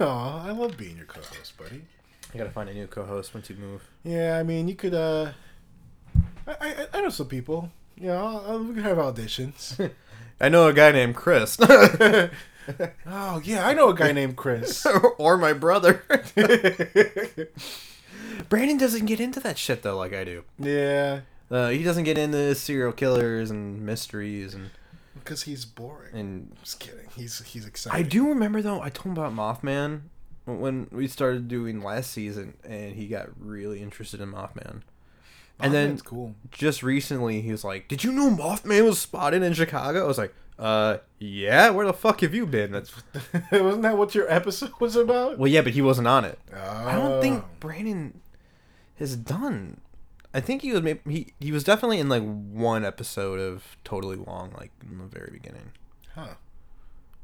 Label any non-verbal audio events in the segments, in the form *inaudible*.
I love being your co-host, buddy. You gotta find a new co-host once you move. *laughs* Yeah, I mean, you could. uh I I, I know some people. You know, I'll, I'll- we could have auditions. I know a guy named Chris, *laughs* oh yeah, I know a guy named Chris. *laughs* or my brother. *laughs* Brandon doesn't get into that shit though, like I do. yeah, Uh, he doesn't get into serial killers and mysteries and because he's boring. and Just kidding. He's he's excited. I do remember though. I told him about Mothman when we started doing last season, and he got really interested in Mothman. And then it's Oh, cool. *laughs* just recently, he was like, "Did you know Mothman was spotted in Chicago?" I was like, "Uh, yeah. Where the fuck have you been?" That's Wasn't that what your episode was about? *laughs* well, yeah, but he wasn't on it. I don't think Oh. Brandon has done. I think he was maybe he, he was definitely in like one episode of Totally Long, like in the very beginning, Oh, Huh.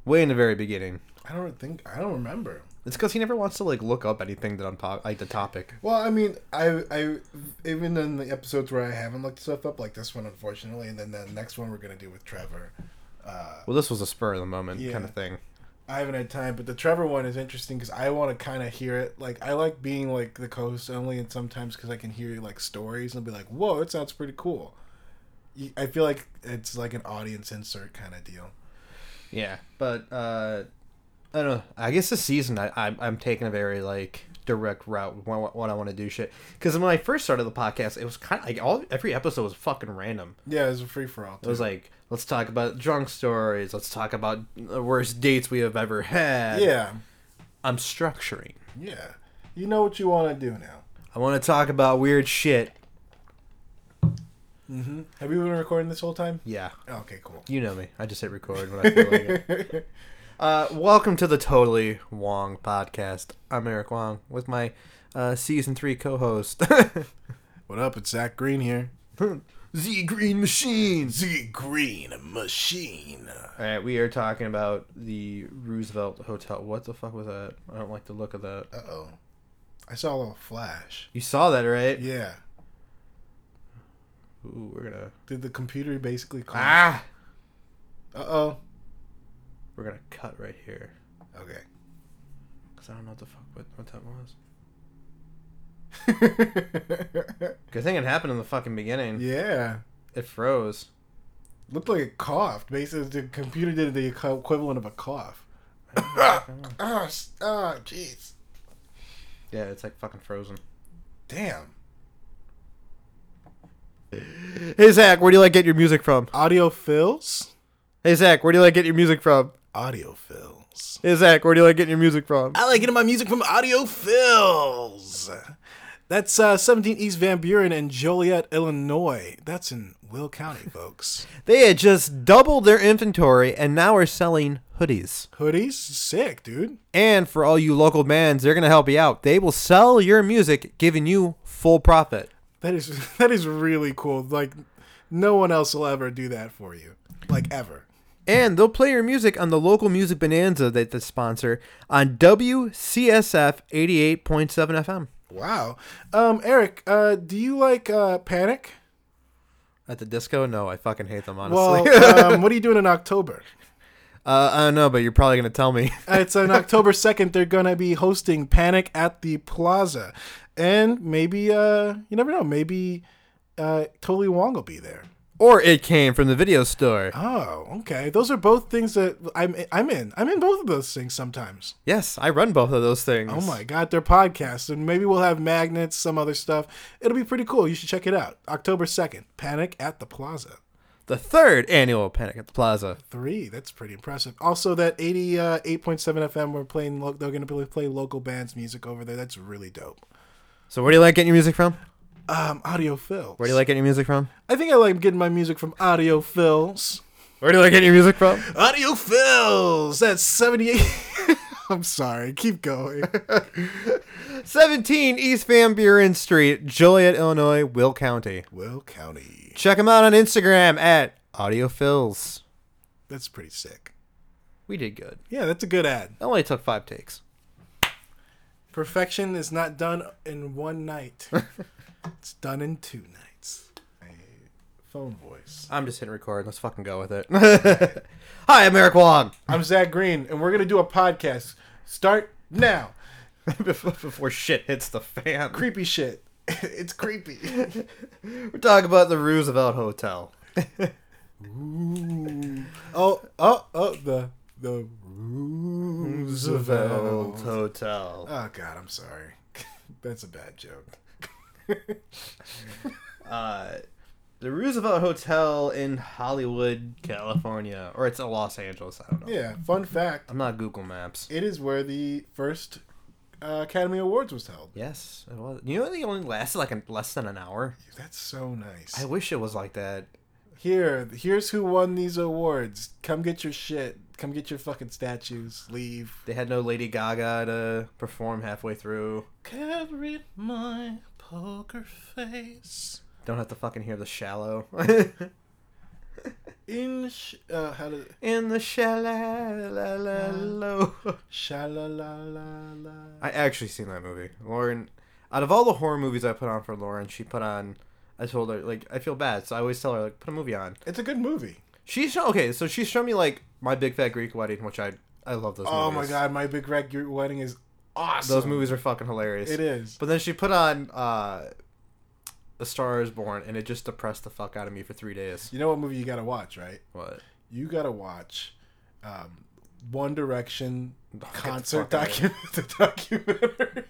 way in the very beginning. I don't think I don't remember. It's because he never wants to like look up anything that I'm po- like the topic. Well, I mean, I I even in the episodes where I haven't looked stuff up, like this one, unfortunately, and then the next one we're gonna do with Trevor. Uh, Well, this was a spur of the moment Yeah. kind of thing. I haven't had time, but the Trevor one is interesting because I want to kind of hear it. Like I like being like the co-host only, and sometimes because I can hear like stories and be like, "Whoa, that sounds pretty cool." You- I feel like it's like an audience insert kind of deal. Yeah, but uh, I don't know. I guess this season I, I'm I'm taking a very like direct route with what, what I want to do shit. Because when I first started the podcast, it was kind of like all every episode was fucking random. Yeah, it's a free for all. It was like let's talk about drunk stories. Let's talk about the worst dates we have ever had. yeah, I'm structuring. yeah. You know what you want to do now. I want to talk about weird shit. hmm Have you been recording this whole time? Yeah, Okay, cool. *laughs* you know me. I just hit record when I feel like it. Uh, welcome to the Totally Wong podcast. I'm Eric Wong with my uh, season three co-host, *laughs* what up? It's Zach Green here. Z Green Machines. Z Green Machine. All right, we are talking about the Roosevelt Hotel. What the fuck was that? I don't like the look of that. Uh oh. I saw a little flash. You saw that, right? Yeah. Ooh, we're gonna Did the computer basically call? ah, Uh oh. we're gonna cut right here *laughs* because I don't know what the fuck what, what that was. Okay. Good thing it happened in the fucking beginning. yeah. It froze. Looked like it coughed. Basically, the computer did the equ- equivalent of a cough. yeah, ah, *coughs* ah, s- ah, jeez. it's like fucking frozen. Damn. Hey Zach, where do you like get your music from? Audio fills? Hey Zach, where do you like get your music from? Audio fills. Hey Zach, where do you like getting your music from? I like getting my music from Audio Fills. That's uh, 17 East Van Buren in Joliet, Illinois. That's in Will County, *laughs* folks. They had just doubled their inventory and now are selling hoodies. Hoodies, sick, dude. And for all you local bands, they're going to help you out. They will sell your music, giving you full profit. That is *laughs* that is really cool. Like, no one else will ever do that for you, like ever. And they'll play your music on the local music bonanza that they sponsor on WCSF 88.7 FM. Wow. Um, Eric, uh, do you like uh, Panic? At the disco? No, I fucking hate them, honestly. Well, um, what are you doing in October? *laughs* uh, I don't know, but you're probably going to tell me. *laughs* Uh, it's on October 2nd. They're going to be hosting Panic at the Plaza. And maybe, uh, you never know, maybe uh, Totally Wong will be there. or it came from the video store. Oh, okay. Those are both things that I'm I'm in. I'm in both of those things sometimes. Yes, I run both of those things. Oh my god, they're podcasts, and maybe we'll have magnets, some other stuff. It'll be pretty cool. You should check it out. October second, Panic at the Plaza. The third annual Panic at the Plaza. Three. That's pretty impressive. Also, that eighty uh, eight point seven FM. We're playing. Lo- they're going to play local bands' music over there. That's really dope. So where do you like getting your music from? Um, Audio Phil. Where do you like getting your music from? I think I like getting my music from Audio Phil's. Where do you like getting your music *laughs* from? Audio Phil's. That's seventy eight. *laughs* I'm sorry. Keep *laughs* going. 17 East Van Buren Street, Joliet, Illinois, Will County. Will County. Check them out on Instagram at AudioPhils. That's pretty sick. We did good. Yeah, that's a good ad. That only took five takes. Perfection is not done in one night. *laughs* it's done in two nights. My phone voice. I'm just hitting record. Let's fucking go with it. *laughs* Hi, I'm Eric Wong. *laughs* I'm Zach Green, and we're gonna do a podcast. Start now. before, before shit hits the fan. Creepy shit. *laughs* it's creepy. *laughs* We're talking about the Roosevelt Hotel. Ooh. Oh, oh, oh, the the Roosevelt. Roosevelt Hotel. Oh God, I'm sorry. *laughs* That's a bad joke. Uh, the Roosevelt Hotel in Hollywood, California, or it's in Los Angeles. I don't know. Yeah. Fun fact: I'm not Google Maps. It is where the first uh, Academy Awards was held. Yes, it was. You know, they only lasted like an, less than an hour. That's so nice. I wish it was like that. Here, here's who won these awards. Come get your shit. Come get your fucking statues. Leave. They had no Lady Gaga to perform halfway through. Carried my poker face. Don't have to fucking hear the shallow. *laughs* In sh- uh, how did In the shallow. Sha-la-la-la-la. I actually seen that movie. Lauren, out of all the horror movies I put on for Lauren, she put on. I told her like I feel bad, so I always tell her like put a movie on. It's a good movie. She show okay, so she showed me like My Big Fat Greek Wedding, which I I love those. Oh my movies. god, my big red Gear wedding is awesome. those movies are fucking hilarious. It is. But then she put on uh, A Star Is Born, and it just depressed the fuck out of me for three days. You know what movie you gotta watch, right? What? *laughs* You gotta watch um, One Direction Get the concert fuck outta here. docu- *laughs* the documentary.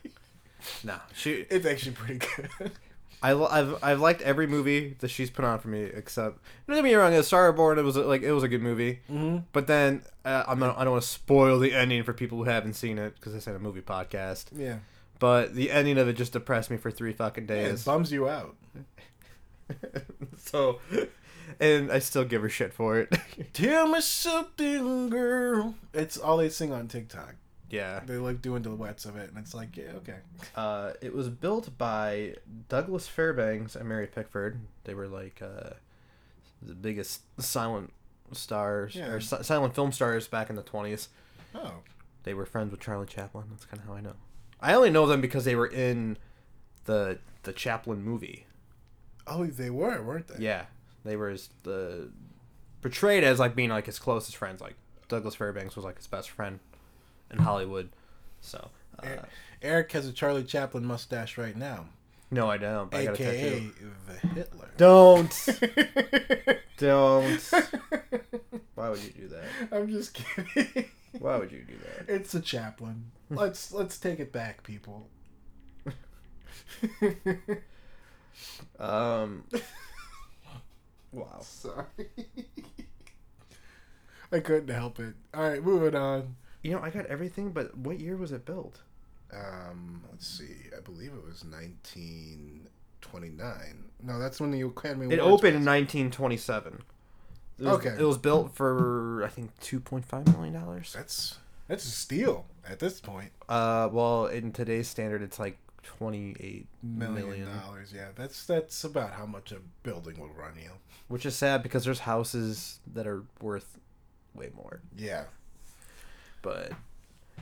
No, she. It's actually pretty good. *laughs* I, lo- I've I've liked every movie that she's put on for me except. Don't get me wrong, A Star Is Born. It was uh, like it was a good movie. Mm-hmm. But then uh, I'm not, I don't want to spoil the ending for people who haven't seen it because this ain't a movie podcast. Yeah. But the ending of it just depressed me for three fucking It days. bums you out. *laughs* so, and I still give her shit for it. *laughs* Tell me something, girl. It's all they sing on TikTok. yeah. They like doing duets of it, and it's like, yeah, okay. Uh, it was built by Douglas Fairbanks and Mary Pickford. They were like uh, the biggest silent stars Yeah. or si- silent film stars back in the 20s. Oh, They were friends with Charlie Chaplin. That's kind of how I know. I only know them because they were in the the Chaplin movie. oh, they were, weren't they? Yeah, they were as the portrayed as like being like his closest friends. Like Douglas Fairbanks was like his best friend in Hollywood. So uh, Eh. Eric has a Charlie Chaplin mustache right now, no, I don't. But I got a aka tattoo. the Hitler. Don't, *laughs* *laughs* don't. Why would you do that? I'm just kidding. Why would you do that? It's the Chaplin. Let's let's take it back, people. *laughs* Um. *laughs* Wow. Sorry. I couldn't help it. All right, moving on. You know, I got everything, but what year was it built? Um, let's see. I believe it was 1929. No, that's when the Academy It Awards opened in was. 1927. It was- Okay. It was built for I think 2.5 million dollars. That's that's a steal at this point. Uh, well, in today's standard, it's like 28 Million, million, dollars. Yeah, that's that's about how much a building will run you. which is sad because there's houses that are worth way more. Yeah. But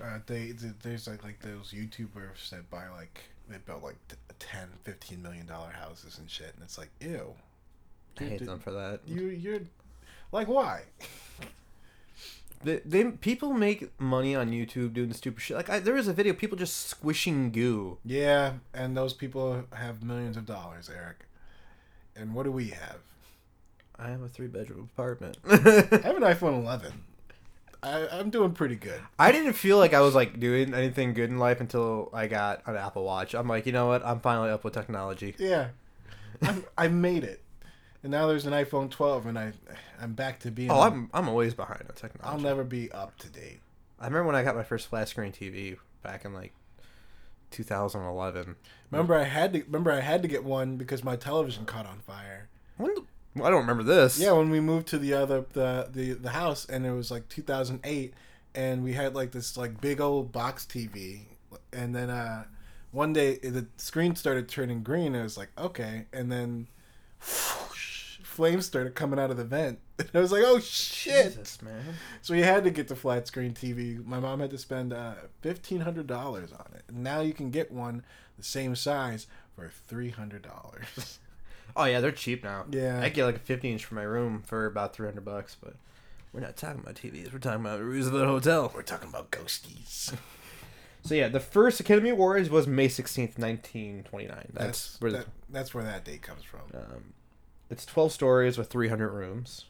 Uh, they, th there's like like those YouTubers that buy like they built like t- 10, 15 million dollar houses and shit, and it's like ew. I You hate did- them for that. You you're like why? They, they people make money on YouTube doing stupid shit. Like I, there was a video people just squishing goo. Yeah, and those people have millions of dollars, Eric. And what do we have? I have a three bedroom apartment. *laughs* I have an iPhone 11. I, I'm doing pretty good. I didn't feel like I was like doing anything good in life until I got an Apple Watch. I'm like, you know what? I'm finally up with technology. Yeah, I'm, I made it, and now there's an iPhone 12, and I I'm back to being. Oh, I'm I'm always behind on technology. I'll never be up to date. I remember when I got my first flat screen TV back in like 2011. Remember, I had to remember I had to get one because my television caught on fire. When the, well, I don't remember this. Yeah, when we moved to the other the the, the house, and it was like 2008, and we had like this like big old box TV, and then uh, one day the screen started turning green. And it was like okay, and then *laughs* whoosh, flames started coming out of the vent. *laughs* And I was like, oh shit! Jesus, man. So you had to get the flat screen TV. My mom had to spend uh, fifteen hundred dollars on it. And now you can get one the same size for three hundred dollars. Oh yeah, they're cheap now. Yeah. I get like a 50 inch for my room for about 300 bucks, but we're not talking about TVs. We're talking about Roosevelt Hotel. We're talking about ghosties. So yeah, the first Academy Awards was May sixteenth, nineteen twenty nine. That's, That's where that, that's where that date comes from. the, um, it's twelve stories with three hundred rooms.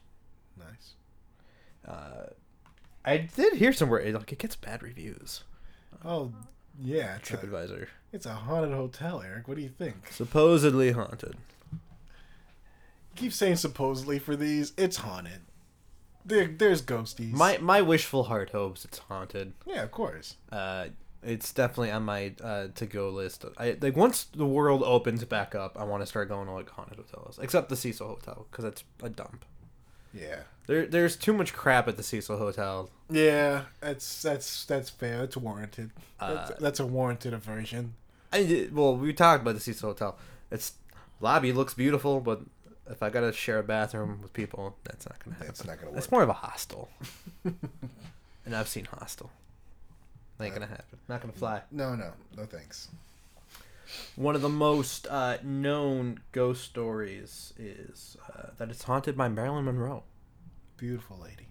Nice. Uh, I did hear somewhere it, like it gets bad reviews. Oh yeah, it's a, TripAdvisor it's a haunted hotel, Eric. What do you think? supposedly haunted. keep saying supposedly for these. It's haunted. There, there's ghosties. My my wishful heart hopes it's haunted. yeah, of course. Uh, it's definitely on my uh, to go list. I like once the world opens back up, I want to start going to like haunted hotels, except the Cecil Hotel because that's a dump. Yeah, There there's too much crap at the Cecil Hotel. yeah. That's that's that's fair. It's warranted. Uh, that's, that's a warranted aversion. I well we talked about the Cecil Hotel. Its lobby looks beautiful, but if I gotta share a bathroom with people, that's not gonna happen. That's not gonna It's work. more of a hostel, and I've seen hostel. Ain't gonna happen. Not gonna fly. *laughs* No, no, no. Thanks. One of the most uh, known ghost stories is uh, that it's haunted by Marilyn Monroe. Beautiful lady.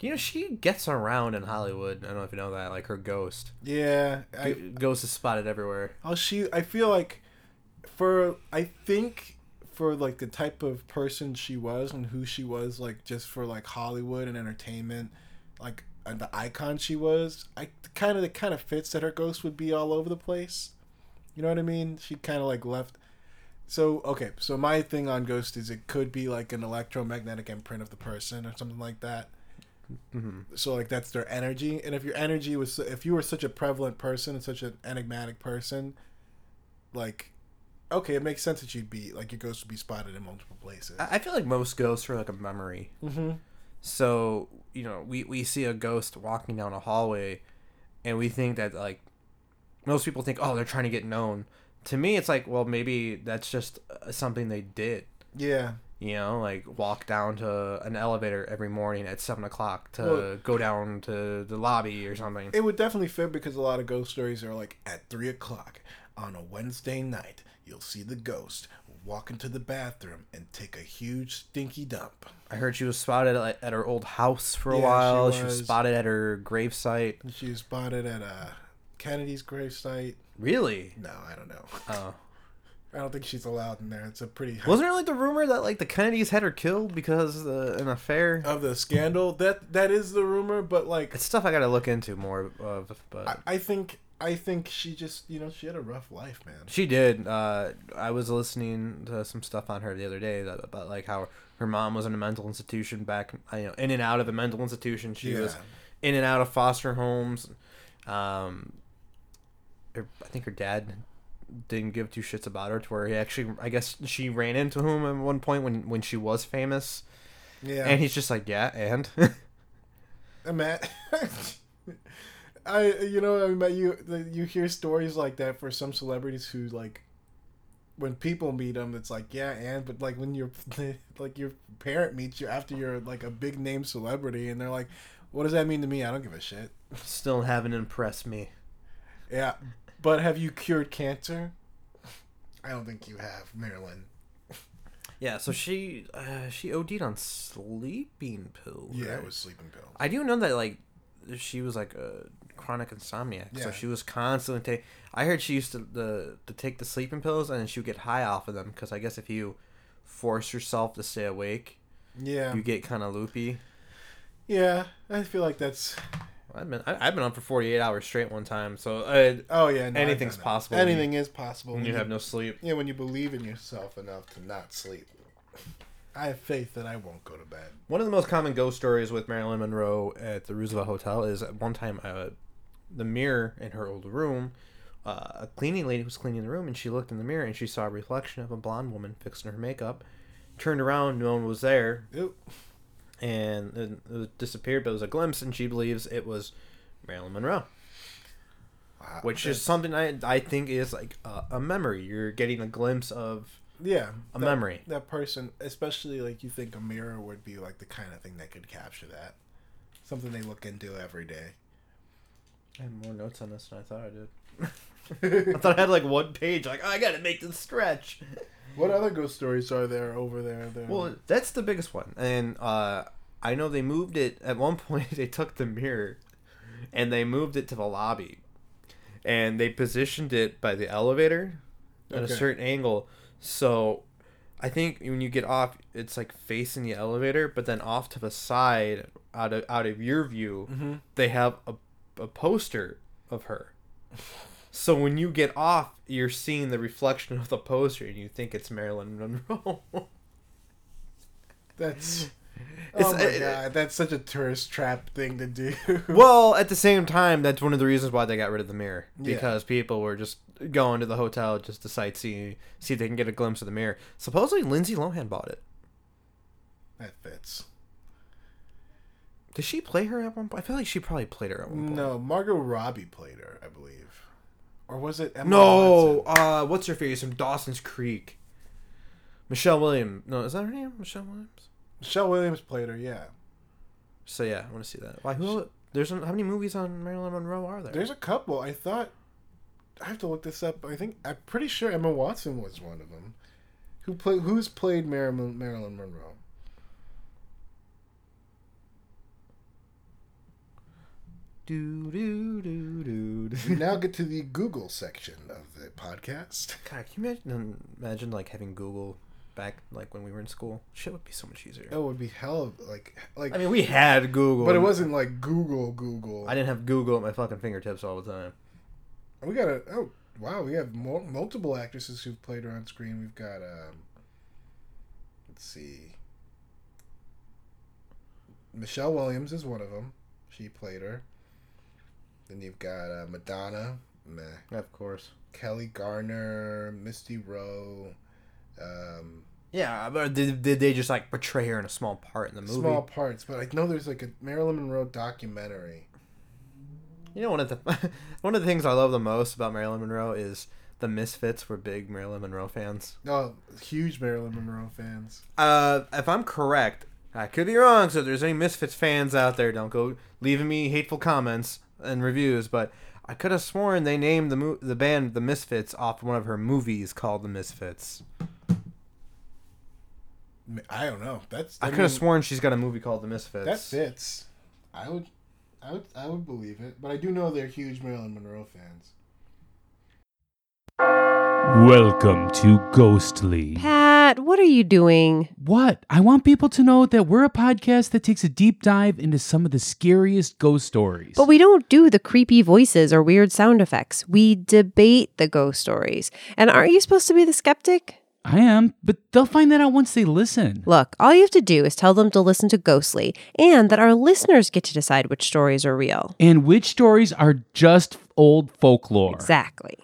You know, she gets around in Hollywood. I don't know if you know that, like her ghost. Yeah. I, G- ghost is spotted everywhere. oh, she. I feel like for I think for like the type of person she was and who she was, like just for like Hollywood and entertainment, like and the icon she was. I kind of it kind of fits that her ghost would be all over the place. You know what I mean? She kind of like left. So okay, so my thing on ghost is it could be like an electromagnetic imprint of the person or something like that. So like that's their energy, and if your energy was if you were such a prevalent person and such an enigmatic person, like okay, it makes sense that you'd be like your ghost would be spotted in multiple places. I, I feel like most ghosts are like a memory. mm-hmm. So you know, we we see a ghost walking down a hallway, and we think that like most people think, oh, they're trying to get known. To me, it's like, well, maybe that's just uh, something they did. Yeah, you know, like walk down to an elevator every morning at seven o'clock to Well- go down to the lobby or something. it would definitely fit because a lot of ghost stories are like at three o'clock on a Wednesday night, you'll see the ghost walk into the bathroom and take a huge stinky dump. I heard she was spotted at, at her old house for a Yeah, she while. She was. was. spotted at her gravesite. And She was spotted at uh, Kennedy's gravesite. Really? No, I don't know. Oh, I don't think she's allowed in there. It's a pretty high wasn't there like the rumor that like the Kennedys had her killed because uh, an affair? of the scandal. That that is the rumor, but like It's stuff I gotta look into more of, but. I, I think I think she just you know she had a rough life, man. She did. Uh, I was listening to some stuff on her the other day that, about like how her mom was in a mental institution back, you know, in and out of a mental institution. She was Yeah. in and out of foster homes. Um, her, I think her dad didn't give two shits about her to where he actually, I guess she ran into him at one point when, when she was famous. Yeah, And he's just like, yeah, and? *laughs* Uh, *laughs* Matt, I you know I mean, Matt, you the- you hear stories like that for some celebrities who like when people meet them it's like yeah and but like when your *laughs* like your parent meets you after you're like a big name celebrity and they're like what does that mean to me I don't give a shit Still haven't impressed me. yeah but have you cured cancer I don't think you have Marilyn Yeah, so she uh, she OD'd on sleeping pills. yeah right? it was sleeping pills I do know that like she was like a chronic insomniac, so Yeah. she was constantly taking. I heard she used to the to take the sleeping pills and she would get high off of them because I guess if you force yourself to stay awake, yeah you get kind of loopy. yeah I feel like that's I've been I, I've been on for forty eight hours straight one time, so uh, oh yeah no, I've Anything's done that. possible. anything is possible you have no sleep. Yeah, when you believe in yourself enough to not sleep. I have faith that I won't go to bed. One of the most common ghost stories with Marilyn Monroe at the Roosevelt Hotel is at one time uh, the mirror in her old room. Uh, a cleaning lady was cleaning the room and she looked in the mirror and she saw a reflection of a blonde woman fixing her makeup. Turned around, no one was there, Oop. and it it disappeared, but it was a glimpse, and she believes it was Marilyn Monroe, Wow. which is something I, I think is like a, a memory. You're getting a glimpse of yeah, a that, memory. that person, especially like you think a mirror would be like the kind of thing that could capture that. Something they look into every day. I have more notes on this than I thought I did. *laughs* I thought I had like one page, like, "Oh, I gotta make this stretch. What other ghost stories are there over there? there? Well, that's the biggest one, and uh, I know they *laughs* moved it at one point. They took the mirror, and they moved it to the lobby, and they positioned it by the elevator at Okay. a certain angle. So I think when you get off, it's like facing the elevator, but then off to the side, out of out of your view, Mm-hmm. they have a, a poster of her. So when you get off, you're seeing the reflection of the poster, and you think it's Marilyn Monroe. *laughs* That's It's- oh my it- god, that's such a tourist trap thing to do. *laughs* well, at the same time, that's one of the reasons why they got rid of the mirror Yeah. because people were just going to the hotel just to sightsee, see if they can get a glimpse of the mirror. Supposedly, Lindsay Lohan bought it. that fits. Did she play her at one point? I feel like she probably played her at one point. No, Margot Robbie played her, I believe, or was it Emma? No, Watson? uh, what's her face from Dawson's Creek? Michelle Williams. No, is that her name? Michelle Williams. Michelle Williams played her. Yeah, So yeah, I want to see that. Why? Who? There's how many movies on Marilyn Monroe are there? there's a couple. I thought I have to look this up. I think I'm pretty sure Emma Watson was one of them. Who play? Who's played Marilyn, Marilyn Monroe? Do do do do. do. We now get to the Google section of the podcast. God, can you imagine, imagine like having Google back like when we were in school? Shit would be so much easier. That would be hell of like like, I mean, we had Google, but it wasn't like Google Google. I didn't have Google at my fucking fingertips all the time. We got a oh wow, we have mul multiple actresses who've played her on screen. We've got um, let's see, Michelle Williams is one of them. She played her. Then you've got uh, Madonna, meh, Of course. Kelly Garner, Misty Rowe, um, Yeah, but did, did they just like portray her in a small part in the movie? small parts. But I know there's like a Marilyn Monroe documentary. You know, one of the *laughs* one of the things I love the most about Marilyn Monroe is the Misfits were big Marilyn Monroe fans. No, Oh, huge Marilyn Monroe fans. Uh, if I'm correct, I could be wrong. So if there's any Misfits fans out there, don't go leaving me hateful comments and reviews. But I could have sworn they named the mo- the band the Misfits off one of her movies called The Misfits. I mean, I don't know. That's I, could mean- have sworn she's got a movie called The Misfits. That fits. I would, I would, I would believe it. But I do know they're huge Marilyn Monroe fans. Welcome to Ghostly. Pat, what are you doing? What? I want people to know that we're a podcast that takes a deep dive into some of the scariest ghost stories. But we don't do the creepy voices or weird sound effects. We debate the ghost stories. And aren't you supposed to be the skeptic? I am, but they'll find that out once they listen. Look, all you have to do is tell them to listen to Ghostly and that our listeners get to decide which stories are real. And which stories are just old folklore? Exactly.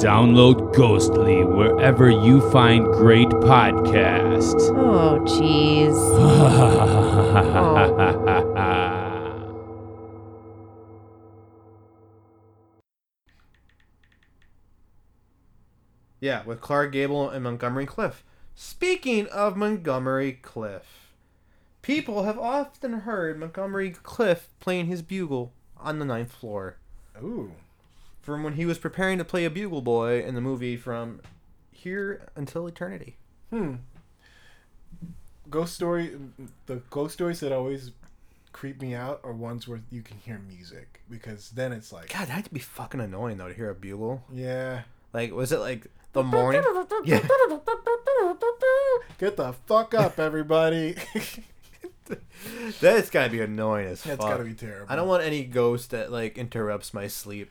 Download Ghostly wherever you find great podcasts. Oh, jeez. *laughs* Yeah, with Clark Gable and Montgomery Cliff. Speaking of Montgomery Cliff, people have often heard Montgomery Cliff playing his bugle on the ninth floor Ooh, from when he was preparing to play a bugle boy in the movie from Here Until Eternity. ghost story. The ghost stories that always creep me out are ones where you can hear music because then it's like, God, that'd be fucking annoying though to hear a bugle. yeah, Like, was it like the morning? Yeah. *laughs* get the fuck up, everybody. *laughs* That's gotta be annoying as fuck. That's gotta be terrible. I don't want any ghost that like interrupts my sleep.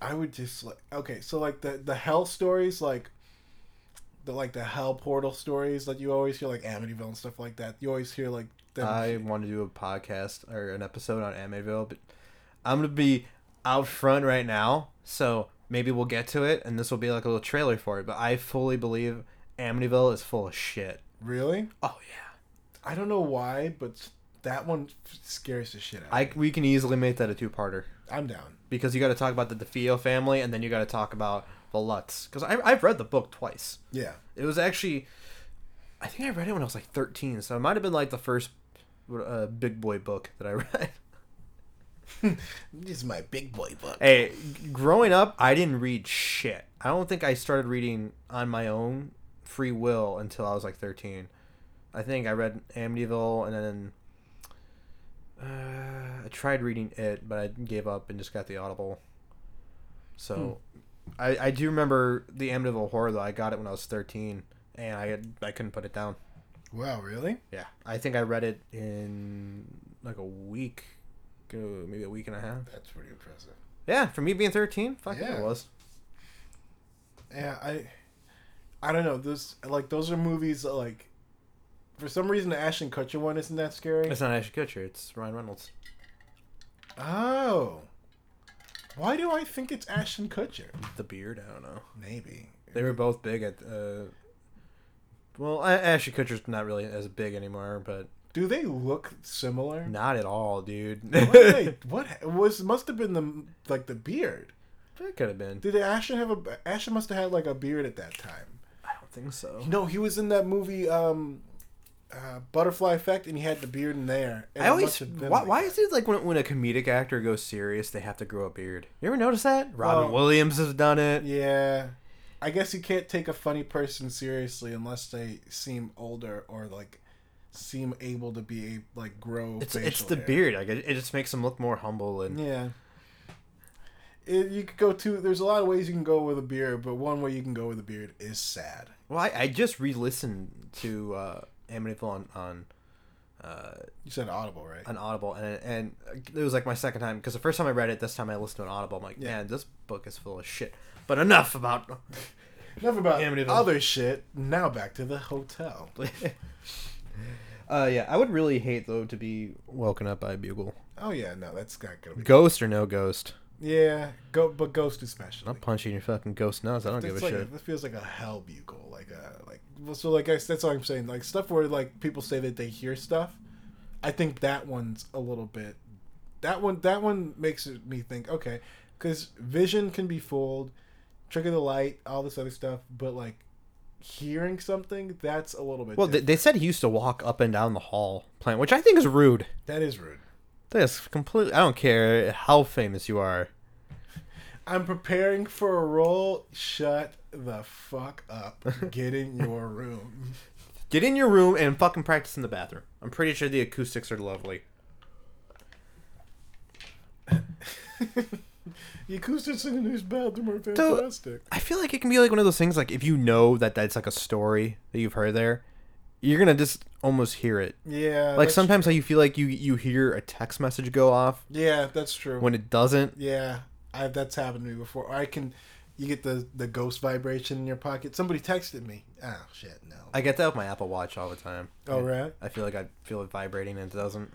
I would just like okay, so like the the hell stories, like the like the hell portal stories that you always hear, like Amityville and stuff like that. You always hear like them I want to do a podcast or an episode on Amityville, but I'm gonna be out front right now, so maybe we'll get to it, and this will be like a little trailer for it. But I fully believe Amityville is full of shit. really. Oh yeah, I don't know why, but that one f- scares the shit out. I we can easily make that a two-parter I, am down. because you got to talk about the DeFeo family, and then you got to talk about the Lutz. Because I I've read the book twice. Yeah, It was actually, I think I read it when I was like 13, so it might have been like the first uh, big boy book that I *laughs* read. this is my big boy book. Hey, g- growing up, I didn't read shit. I don't think I started reading on my own free will until I was like 13. I think I read Amityville and then Uh, I tried reading it, but I gave up and just got the Audible. So, I, I do remember the Amityville Horror though. I got it when I was thirteen, and I had, I couldn't put it down. Wow, really? Yeah, I think I read it in like a week, uh, maybe a week and a half. That's pretty impressive. Yeah, for me being thirteen, fuck yeah, Yeah. it was. Yeah, I, I don't know. Those like those are movies that, like, for some reason the Ashton Kutcher one isn't that scary. It's not Ashton Kutcher. It's Ryan Reynolds. Oh, why do I think it's Ashton Kutcher? The beard. I don't know. Maybe. They were both big at. Uh, well, A- Ashton Kutcher's not really as big anymore, but Do they look similar? *laughs* not at all, dude. *laughs* What, did they, what ha- was must have been the like the beard? That could have been. Did Ashton have a Ashton must have had like a beard at that time? I don't think so. No, he was in that movie um, uh, Butterfly Effect, and he had the beard in there. And I it always must have why, been like why that. is it like when, when a comedic actor goes serious they have to grow a beard? You ever notice that? Well- Robin Williams has done it. Yeah. I guess you can't take a funny person seriously unless they seem older or like seem able to be like grow. It's it's facial the hair. beard. Like it, it just makes him look more humble and Yeah. It, you could go to. There's a lot of ways you can go with a beard, but one way you can go with a beard is sad. well. I, I just re-listened to uh, Amityville on on, uh, You said audible, right? on Audible and and it was like my second time because the first time I read it, this time I listened to an Audible. I'm like, Yeah. man, this book is full of shit. But enough about. *laughs* Enough about Amityville. other shit. Now back to the hotel. Uh, yeah, I would really hate though to be woken up by a bugle. Oh yeah, no, that's not gonna be. Ghost or no ghost? Yeah, go, but ghost especially. I'm punching your fucking ghost nose. I don't give a It's like, shit. This feels like a hell bugle, like a like. well, So like I, that's what I'm saying. Like stuff where like people say that they hear stuff. I think that one's a little bit. That one that one makes it- me think okay, because vision can be fooled, trick of the light, all this other stuff, but like hearing something that's a little bit. Well, they, different. they said he used to walk up and down the hall playing, which I think is rude. that is rude. That's completely. I don't care how famous you are. I'm preparing for a role. Shut the fuck *laughs* up. Get in your room. *laughs* Get in your room and fucking practice in the bathroom. I'm pretty sure the acoustics are lovely. The acoustics in the news bathroom are So- fantastic. I feel like it can be like one of those things. Like if you know that that's like a story that you've heard there, you're gonna just almost hear it. Yeah. Like that's- sometimes how you feel like you you hear a text message go off Yeah, that's true. when it doesn't. yeah, I, that's happened to me before. Or I can, you get the the ghost vibration in your pocket. Somebody texted me. Oh shit, no. I get that with my Apple Watch all the time. oh right. I feel like I feel it vibrating and it doesn't.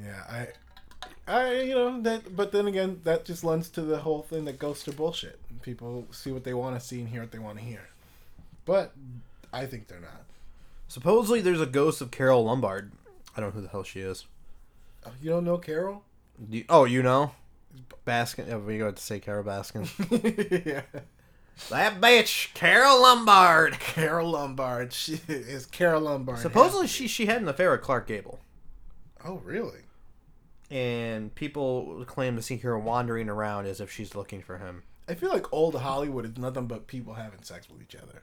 Yeah, I. I you know that, but then again, that just lends to the whole thing that ghosts are bullshit. People see what they want to see and hear what they want to hear, but I think they're not. Supposedly, there's a ghost of Carol Lombard. I don't know who the hell she is. Oh, You don't know Carol? *laughs* Do you- oh, you know, Baskin. Oh, we go to say *laughs* Carol Baskin. yeah, that bitch, Carol Lombard. Carol Lombard. She is Carol Lombard. Supposedly, she she had an affair with Clark Gable, Oh really? and people claim to see her wandering around as if she's looking for him. I feel like old Hollywood is nothing but people having sex with each other.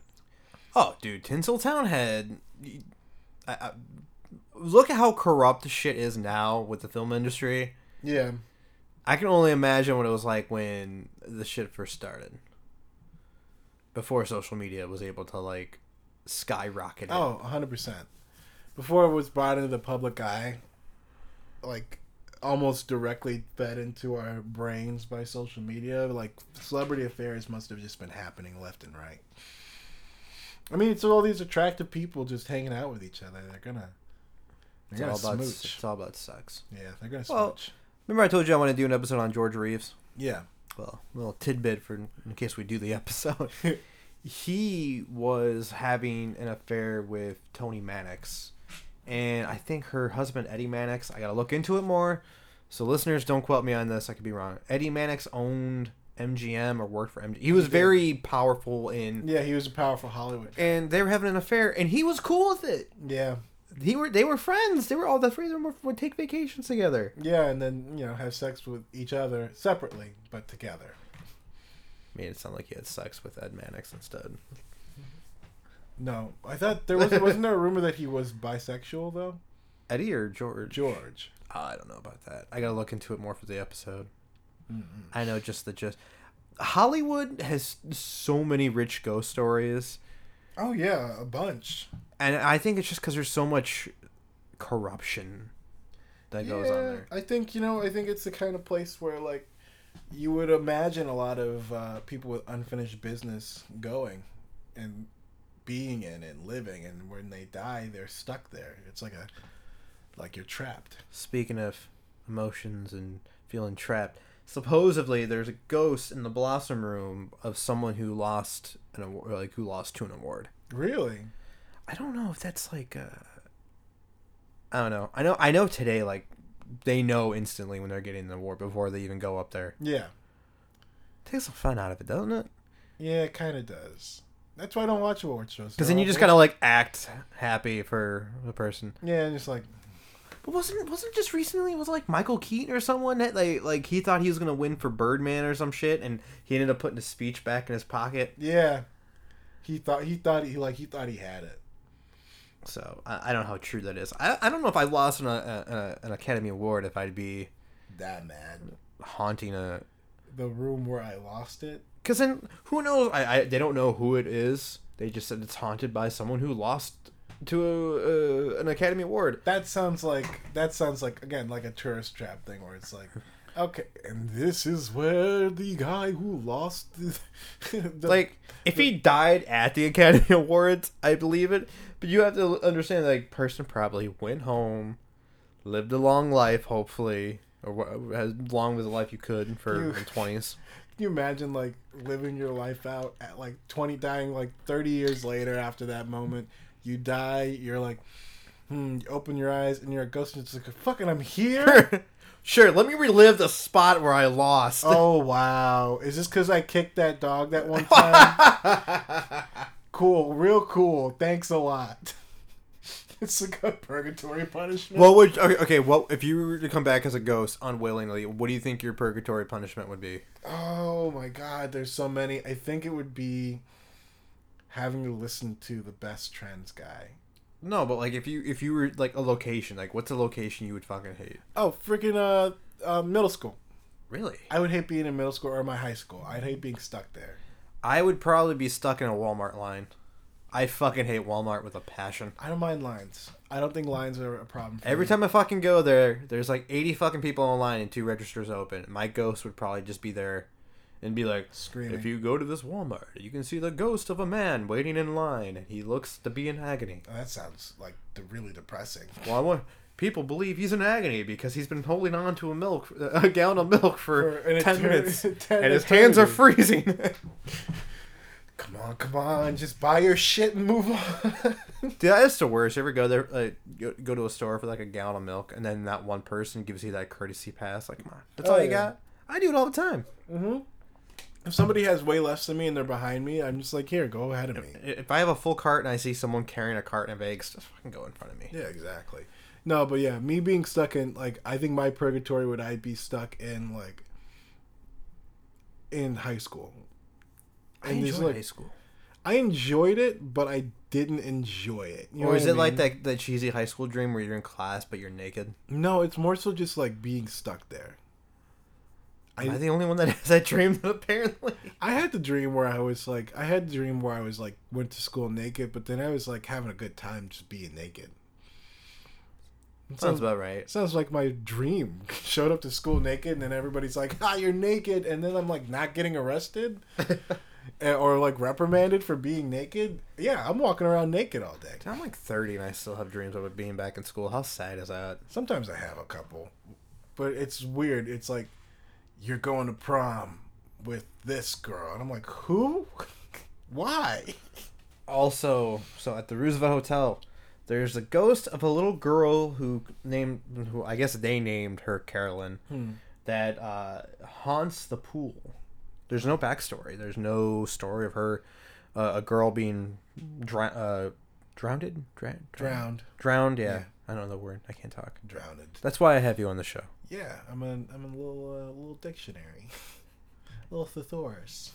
Oh, dude, Tinseltown had. I, I, look at how corrupt the shit is now with the film industry. Yeah. I can only imagine what it was like when the shit first started. Before social media was able to like skyrocket it. Oh, 100%. Before it was brought into the public eye, like almost directly fed into our brains by social media, like celebrity affairs must have just been happening left and right. I mean, it's all these attractive people just hanging out with each other. They're gonna, it's, they're gonna all about, smooch. it's all about sex. Yeah, they're gonna Well- smooch. Remember, I told you I want to do an episode on George Reeves? Yeah. Well, little tidbit for in case we do the *laughs* episode. he was having an affair with Tony Mannix. And I think her husband, Eddie Mannix, I got to look into it more. So, listeners, don't quote me on this. I could be wrong. Eddie Mannix owned MGM or worked for MGM. He was very powerful in. Yeah, he was a powerful Hollywood. And they were having an affair, and he was cool with it. Yeah. He were they were friends. They were all the three of them were, would take vacations together. Yeah, and then, you know, have sex with each other separately, but together. Made it sound like he had sex with Ed Mannix instead. No, I thought there was wasn't there a rumor that he was bisexual though. Eddie or George? George. Oh, I don't know about that. I gotta look into it more for the episode. I know just the just. Hollywood has so many rich ghost stories, Oh yeah, a bunch. and I think it's just because there's so much corruption that goes on there. I think you know. I think it's the kind of place where like you would imagine a lot of uh, people with unfinished business going and being in and living, and when they die, they're stuck there. It's like a like you're trapped. Speaking of emotions and feeling trapped, supposedly there's a ghost in the Blossom Room of someone who lost an award, like who lost to an award. Really? I don't know if that's like uh I don't know. I know I know today like they know instantly when they're getting the award before they even go up there. Yeah. Takes some fun out of it, doesn't it? Yeah, it kind of does. That's why I don't watch award shows. Because then you just gotta like act happy for the person. Yeah, and just like But wasn't wasn't just recently was it like Michael Keaton or someone that like like he thought he was gonna win for Birdman or some shit and he ended up putting his speech back in his pocket. yeah. He thought he thought he like he thought he had it. So I, I don't know how true that is. I, I don't know if I lost an, a, a, an Academy Award if I'd be That man. haunting a The room where I lost it. Because then, who knows? I, I they don't know who it is. They just said it's haunted by someone who lost to a, uh, an Academy Award. That sounds like that sounds like again like a tourist trap thing where it's like, okay, and this is where the guy who lost, *laughs* the, the- Like, if he died at the Academy *laughs* Awards, I believe it. But you have to understand, like, person probably went home, lived a long life, hopefully, or wha- as long as a life you could for You- the *laughs* twenties. Can you imagine like living your life out at like 20 dying like 30 years later after that moment you die you're like hmm you open your eyes and you're a ghost and it's like fucking i'm *laughs* here sure, let me relive the spot where I lost. oh wow is this because i kicked that dog that one time cool real cool thanks a lot *laughs* it's like a purgatory punishment What would okay, okay? Well, if you were to come back as a ghost unwillingly, what do you think your purgatory punishment would be? oh my god there's so many i think it would be having to listen to the best trends guy No, but like if you if you were like a location, like what's a location you would fucking hate? Oh, freaking uh, uh, middle school. Really? I would hate being in middle school or my high school. I'd hate being stuck there. I would probably be stuck in a Walmart line. I fucking hate Walmart with a passion. I don't mind lines. I don't think lines are a problem. For Every me. time I fucking go there, there's like 80 fucking people online and two registers open. My ghost would probably just be there and be like, Screaming. If you go to this Walmart, you can see the ghost of a man waiting in line and he looks to be in agony. Oh, that sounds like the really depressing. Well, I want, people believe he's in agony because he's been holding on to a milk, a gallon of milk for, For an 10 eterni- minutes, *laughs* 10 and his hands are eternity. freezing. Come on, come on, just buy your shit and move on. *laughs* Dude, that's the worst. You ever go there, like, go, go to a store for like a gallon of milk, and then that one person gives you that courtesy pass. Like, come on, that's Oh, all you yeah. got. I do it all the time. if somebody has way less than me and they're behind me, I'm just like, here, go ahead of me. I- If I have a full cart and I see someone carrying a carton of eggs, just fucking go in front of me. Yeah, exactly. No, but yeah, me being stuck in like I think my purgatory would I'd be stuck in like in high school. I And there's, enjoy like- high school. I enjoyed it, but I didn't enjoy it. You know Or what is I it like mean? that that cheesy high school dream where you're in class but you're naked? No, it's more so just like being stuck there. Am I the only one that *laughs* has that dream? Apparently, I had the dream where I was like, I had the dream where I was like, went to school naked, but then I was like having a good time just being naked. It sounds sounds, about right. sounds like my dream. *laughs* Showed up to school naked, and then everybody's like, ah, you're naked. And then I'm like, not getting arrested eh, or like reprimanded for being naked. Yeah, I'm walking around naked all day. I'm like 30 and I still have dreams of being back in school. How sad is that? Sometimes I have a couple, but it's weird. It's like you're going to prom with this girl, and I'm like, who? *laughs* Why? also so at the Roosevelt Hotel, there's the ghost of a little girl who named who I guess they named her Carolyn that uh, haunts the pool. There's no backstory. There's no story of her uh, a girl being dr- uh, drowned. Dra- drowned. Drowned, Drowned. Yeah. Yeah. I don't know the word. I can't talk. drowned. That's why I have you on the show. Yeah, I'm in. I'm in a little uh, little dictionary, *laughs* little thesaurus.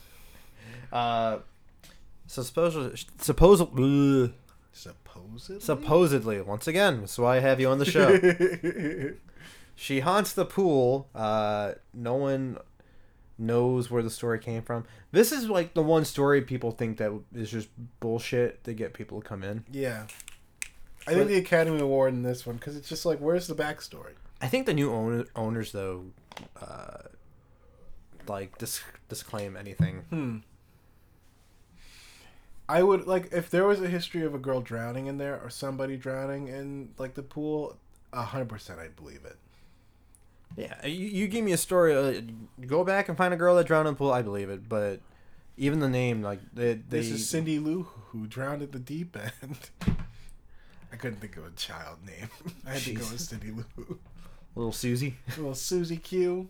Uh, so supposed supposed Supposedly. Supposedly, once again, that's why I have you on the show. *laughs* she haunts the pool. Uh, no one knows where the story came from. This is like the one story people think that is just bullshit to get people to come in. yeah. I think the Academy Award in this one because it's just like, where's the backstory? I think the new owner, owners though, uh, like dis- disclaim anything. Hmm. I would like if there was a history of a girl drowning in there or somebody drowning in like the pool. a hundred percent, I'd believe it. Yeah, you, you give me a story. Uh, go back and find a girl that drowned in a pool. I believe it, but even the name, like they, they This is Cindy Lou who drowned at the deep end. *laughs* I couldn't think of a child name. *laughs* I had to go with Jesus. Cindy Lou. little Susie. *laughs* Little Susie Q.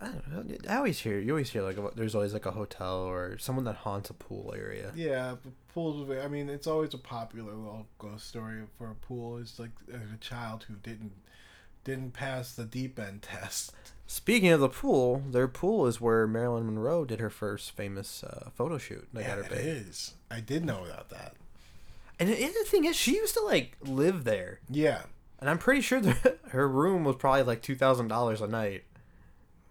I don't know. I always hear you always hear like about- there's always like a hotel or someone that haunts a pool area. Yeah, but pools. I mean, it's always a popular little ghost story for a pool. It's like a child who didn't didn't pass the deep end *laughs* test. Speaking of the pool, their pool is where Marilyn Monroe did her first famous uh, photo shoot. They Yeah, had her it big. is. I did know about that. And the and the thing is, she used to like live there, Yeah, and I'm pretty sure *laughs* that her room was probably like two thousand dollars a night.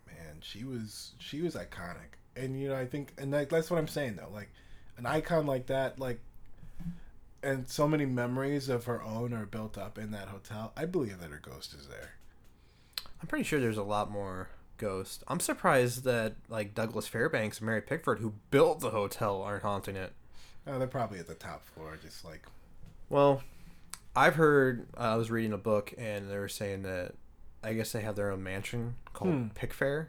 man, she was she was iconic. And you know, I think, and that, that's what I'm saying though. Like, an icon like that, like, and so many memories of her own are built up in that hotel. I believe that her ghost is there. I'm pretty sure there's a lot more ghosts. I'm surprised that like Douglas Fairbanks and Mary Pickford, who built the hotel, aren't haunting it. Oh, they're probably at the top floor, just like Well, I've heard uh, I was reading a book and they were saying that I guess they have their own mansion called Hmm. Pickfair.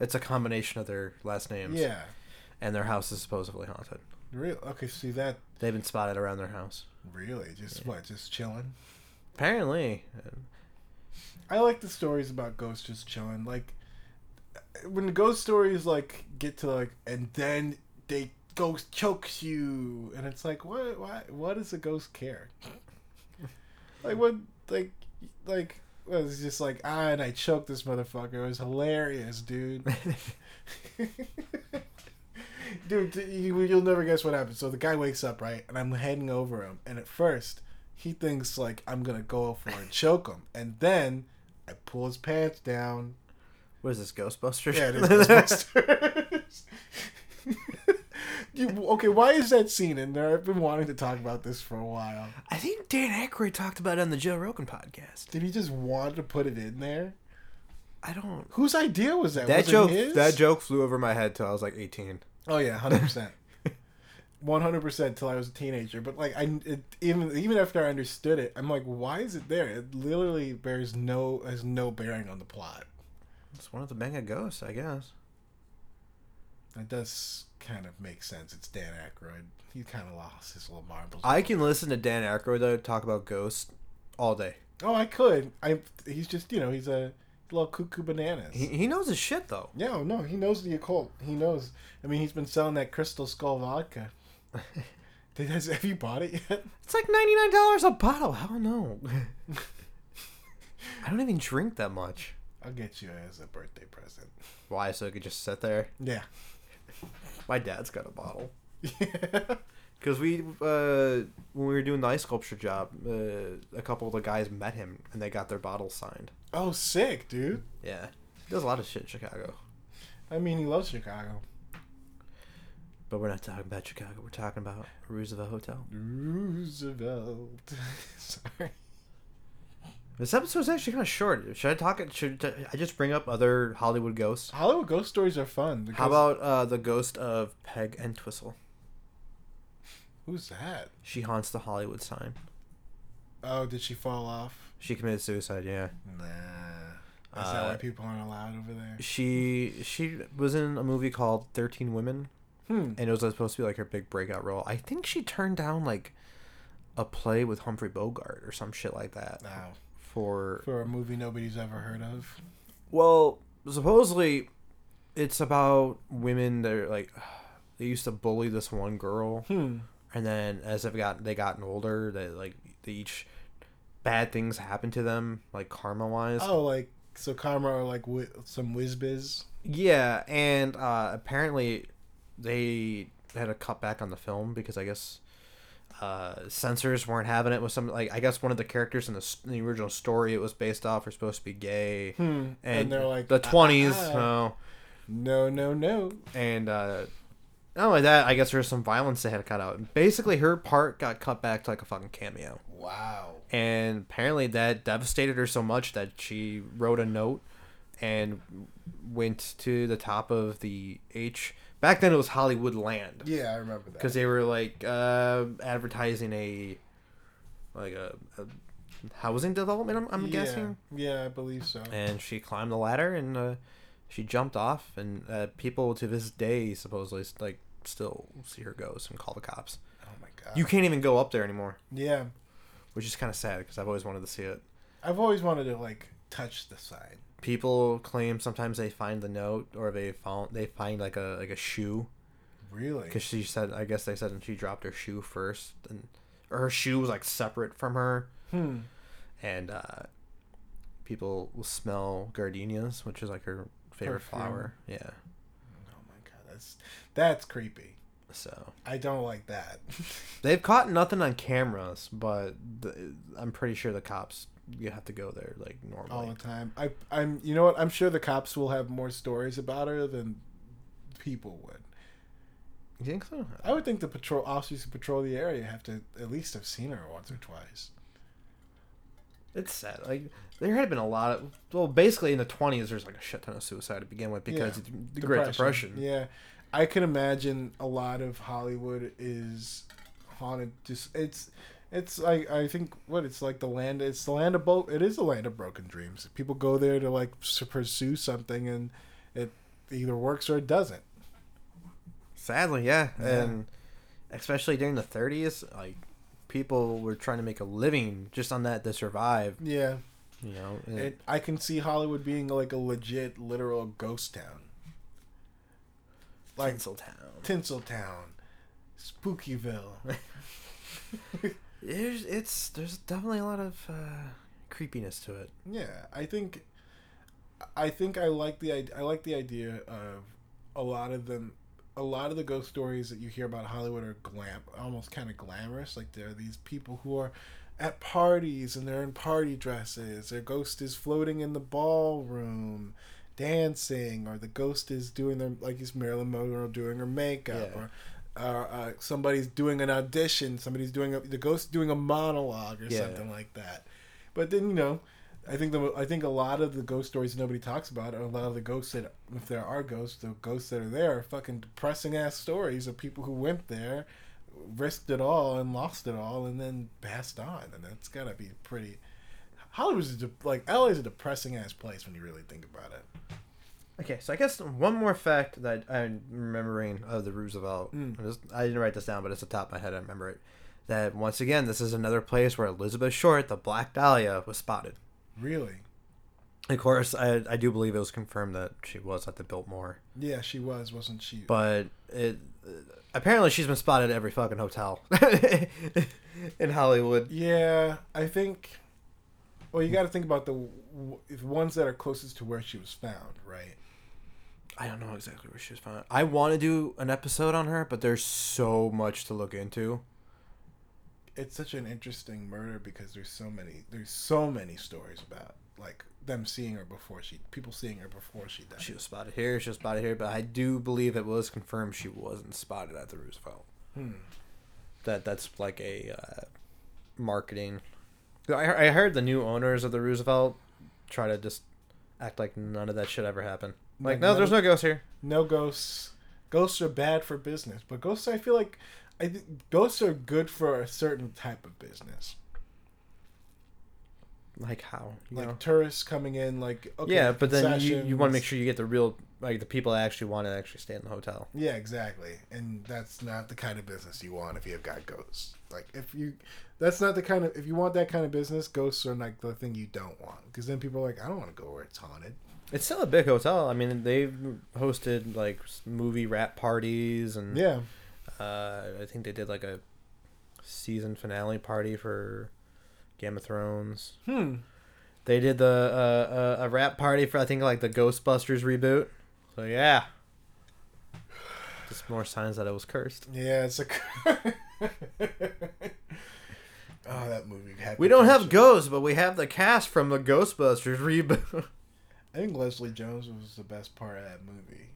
It's a combination of their last names. yeah, And their house is supposedly haunted. real. Okay, see that They've been spotted around their house. really just what just chilling. Apparently. *laughs* I like the stories about ghosts just chilling. Like when the ghost stories like get to like, and then they ghost chokes you, and it's like, what? Why? What does a ghost care? like what? Like like well, it's just like ah, and I choked this motherfucker. It was hilarious, dude. *laughs* Dude, t- you, you'll never guess what happened. So the guy wakes up, right? And I'm heading over him. And at first, he thinks, like, I'm going to go for *laughs* and choke him. And then I pull his pants down. What is this, Ghostbusters? Yeah, it is *laughs* Ghostbusters. *laughs* you, okay, why is that scene in there? I've been wanting to talk about this for a while. I think Dan Aykroyd talked about it on the Joe Rogan podcast. Did he just want to put it in there? I don't. Whose idea was that? That was it joke, his? that joke flew over my head till I was like 18. Oh yeah, hundred percent, *laughs* one hundred percent. Till I was a teenager, but like I it, even even after I understood it, I'm like, why is it there? It literally bears no has no bearing on the plot. It's one of the mega ghosts, I guess. It does kind of make sense. It's Dan Aykroyd. He kind of lost his little marbles. I can listen to Dan Aykroyd though, talk about ghosts all day. oh, I could. I he's just you know he's a little cuckoo bananas. He, he knows his shit though. yeah, oh, no, he knows the occult. He knows. I mean, he's been selling that Crystal Skull *laughs* vodka. Did, has, have you bought it yet? It's like ninety nine dollars a bottle. Hell no. *laughs* I don't even drink that much. I'll get you as a birthday present. Why? So I could just sit there. Yeah. My dad's got a bottle. Because we, uh, when we were doing the ice sculpture job, uh, a couple of the guys met him and they got their bottles signed. *laughs* Oh, sick, dude. Yeah, he does a lot of shit in Chicago. I mean, he loves Chicago. But we're not talking about Chicago. We're talking about Roosevelt Hotel. Mm. Roosevelt. *laughs* Sorry. This episode's actually kind of short. Should I talk? Should I just bring up other Hollywood ghosts? Hollywood ghost stories are fun. Because, How about uh, the ghost of Peg Entwistle? who's that? She haunts the Hollywood sign. Oh, did she fall off? She committed suicide. Yeah. Nah. Is that why Uh, people aren't allowed over there? She she was in a movie called Thirteen Women, Hmm. and it was supposed to be like her big breakout role. I think she turned down like a play with Humphrey Bogart or some shit like that No. for For a movie nobody's ever heard of. well supposedly it's about women that are like *sighs* they used to bully this one girl Hmm. and then as they've gotten they gotten older they like they each bad things happen to them like karma wise Oh, like, so karma or like wi- some whiz biz. yeah and uh apparently they had a cutback on the film because i guess uh, censors weren't having it with some like I guess one of the characters in the, s- in the original story it was based off were supposed to be gay, and, Hmm, And they're like, the "Ah, twenties, ah, ah." so, No, no, no. and uh, not only that, I guess there was some violence they had cut out. Basically, her part got cut back to like a fucking cameo, Wow. and apparently that devastated her so much that she wrote a note and went to the top of the H. Back then, it was Hollywood Land Yeah, I remember that. because they were like uh, advertising a like a, a housing development. I'm, I'm yeah. guessing. Yeah, I believe so. And she climbed the ladder and uh, she jumped off, and uh, people to this day supposedly like still see her ghost and call the cops. Oh my god. You can't even go up there anymore, yeah, which is kind of sad because I've always wanted to see it. I've always wanted to like touch the sign. People claim sometimes they find the note or they found they find like a like a shoe Really? because she said I guess they said and she dropped her shoe first and or her shoe was like separate from her Hmm. and uh, people will smell gardenias, which is like her favorite Perfume. flower. Yeah, Oh my god, that's that's creepy. so I don't like that. *laughs* they've caught nothing on cameras, but the, I'm pretty sure the cops you have to go there like all normally. the time. I I'm you know what? I'm sure the cops will have more stories about her than people would. you think so? I would think the patrol officers who patrol the area have to at least have seen her once or twice. It's sad. Like there had been a lot of well, basically in the 20s, there's like a shit ton of suicide to begin with because Yeah. of the Great Depression. Yeah, I can imagine a lot of Hollywood is haunted. Just it's it's like I think what it's like the land. It's the land of bo- It is the land of broken dreams. People go there to like s- pursue something, and it either works or it doesn't. Sadly, yeah. Yeah. and especially during the 30s, like people were trying to make a living just on that to survive. Yeah, You know, and- it, I can see Hollywood being like a legit, literal ghost town, like Tinseltown. Tinseltown, Spookyville. *laughs* There's it's there's definitely a lot of uh, creepiness to it. Yeah, I think, I think I like the id- I like the idea of a lot of them, a lot of the ghost stories that you hear about Hollywood are glam, almost kind of glamorous. Like there are these people who are at parties and they're in party dresses. Their ghost is floating in the ballroom, dancing, or the ghost is doing their like is Marilyn Monroe doing her makeup, Yeah. or. Or uh, somebody's doing an audition. Somebody's doing a, the ghost doing a monologue or Yeah. something like that. But then you know, I think the I think a lot of the ghost stories nobody talks about are a lot of the ghosts that if there are ghosts, the ghosts that are there are fucking depressing ass stories of people who went there, risked it all and lost it all and then passed on, and that's gotta be pretty. Hollywood's a de- like LA's a depressing ass place when you really think about it. Okay, so I guess one more fact that I'm remembering of the Roosevelt. Mm. I just- I didn't write this down, but it's the top of my head. I remember it. That once again, this is another place where Elizabeth Short, the Black Dahlia, was spotted. Really? Of course, I, I do believe it was confirmed that she was at the Biltmore, Yeah, she was, wasn't she? but it uh, apparently she's been spotted at every fucking hotel *laughs* in Hollywood. yeah, I think. Well, you got to think about the w- if ones that are closest to where she was found, right? I don't know exactly where she was found. I want to do an episode on her, but there's so much to look into. it's such an interesting murder because there's so many there's so many stories about like them seeing her before she people seeing her before she died. She was spotted here, she was spotted here, but I do believe it was confirmed she wasn't spotted at the Roosevelt. That that's like a uh, marketing. I I heard the new owners of the Roosevelt try to just act like none of that shit ever happened. Like Like, no, none there's of- no ghosts here. no ghosts. Ghosts are bad for business, but ghosts I feel like I th- ghosts are good for a certain type of business. Like how? You Like know? tourists coming in like okay, yeah, but then you, you want to concessions. make sure you get the real like the people that actually want to actually stay in the hotel. Yeah, exactly. And that's not the kind of business you want if you've got ghosts. Like if you that's not the kind of if you want that kind of business, ghosts are like the thing you don't want because then people are like I don't want to go where it's haunted. It's still a big hotel. I mean, they've hosted like s- movie rap parties and Yeah. Uh, I think they did like a season finale party for Game of Thrones. Hmm. They did the uh, uh, a rap party for I think like the Ghostbusters reboot. So yeah, just more signs that it was cursed. Yeah, it's a. *laughs* Oh, that movie. Happy We don't have Gilmore. ghosts, but we have the cast from the Ghostbusters *laughs* reboot. I think Leslie Jones was the best part of that movie.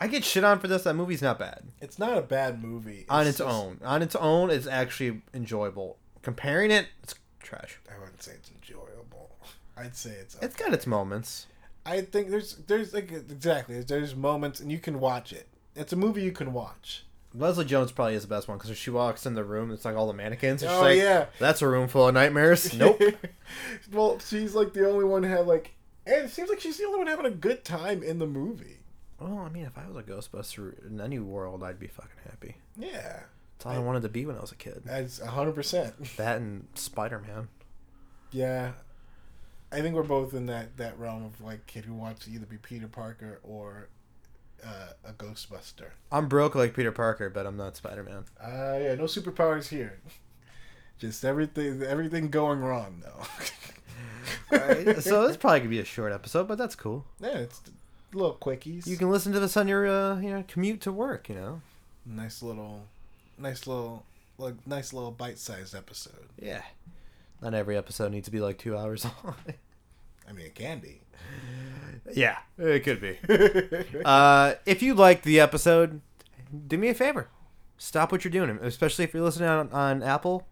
I get shit on for this. That movie's not bad It's not a bad movie on its just- own. On its own, it's actually enjoyable. Comparing it, it's trash. I wouldn't say it's enjoyable. *laughs* I'd say it's. It's got its moments. I think there's there's like exactly there's moments and you can watch it. It's a movie you can watch. Leslie Jones probably is the best one because she walks in the room. It's like all the mannequins. And she's Oh, like, yeah. that's a room full *laughs* of nightmares. Nope. well, she's like the only one who had like, and it seems like she's the only one having a good time in the movie. well, I mean, if I was a Ghostbuster in any world, I'd be fucking happy. Yeah, That's all I wanted to be when I was a kid. that's hundred percent. That and Spider Man. Yeah, I think we're both in that that realm of like kid who wants to either be Peter Parker or uh, a Ghostbuster. I'm broke like Peter Parker, but I'm not Spider *laughs* Man. Uh, yeah, no superpowers here. *laughs* Just everything everything going wrong *laughs* though. so this probably could be a short episode, but that's cool. *laughs* Yeah, it's little quickies. You can listen to this on your uh, you know commute to work. You know. nice little, nice little, like nice little bite-sized episode. Yeah. Not every episode needs to be like two hours *laughs* long. I mean, it can *laughs* be. yeah, it could be. *laughs* uh, if you liked the episode, do me a favor. Stop what you're doing, especially if you're listening on, on Apple.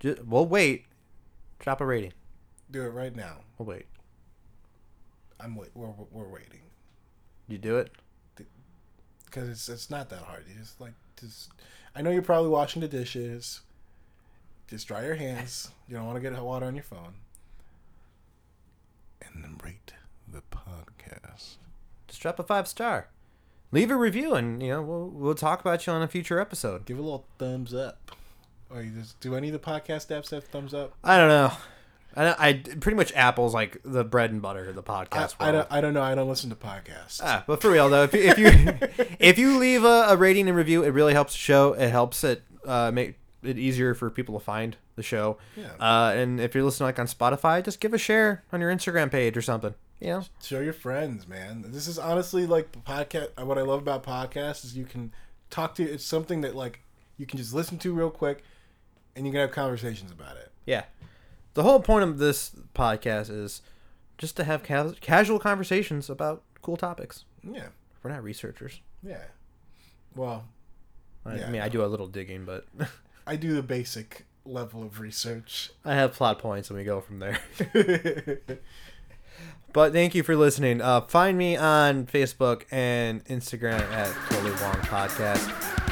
Just, we'll wait. Drop a rating. Do it right now. We'll wait. I'm wait. We're we're waiting You do it. because it's it's not that hard. You just like just. I know you're probably washing the dishes. Just dry your hands. You don't want to get hot water on your phone. And then rate the podcast. Just drop a five star. Leave a review, and you know we'll we'll talk about you on a future episode. Give it a little thumbs up. Or you just do any of the podcast apps have thumbs up? I don't know. I, don't- I pretty much Apple's like the bread and butter of the I, podcast. I world. don't. I don't know. I don't listen to podcasts. Ah, but for real though, if you if you, *laughs* if you leave a, a rating and review, it really helps the show. It helps it uh, make it easier for people to find the show. Yeah. Uh, and if you're listening like on Spotify, just give a share on your Instagram page or something. You know, show your friends man this is honestly like the podcast what i love about podcasts is you can talk to it's something that like you can just listen to real quick and you can have conversations about it yeah. The whole point of this podcast is just to have cas- casual conversations about cool topics. yeah We're not researchers. yeah well I, Yeah, I mean, I do a little digging, but *laughs* i do the basic level of research I have plot points, and we go from there. *laughs* yeah But thank you for listening. Uh, find me on Facebook and Instagram at Totally Wong Podcast.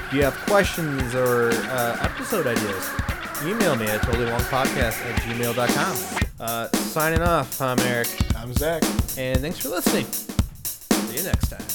If you have questions or uh, episode ideas, email me at totallywongpodcast at gmail.com. Uh, signing off, I'm Eric, i'm zach and thanks for listening. See you next time.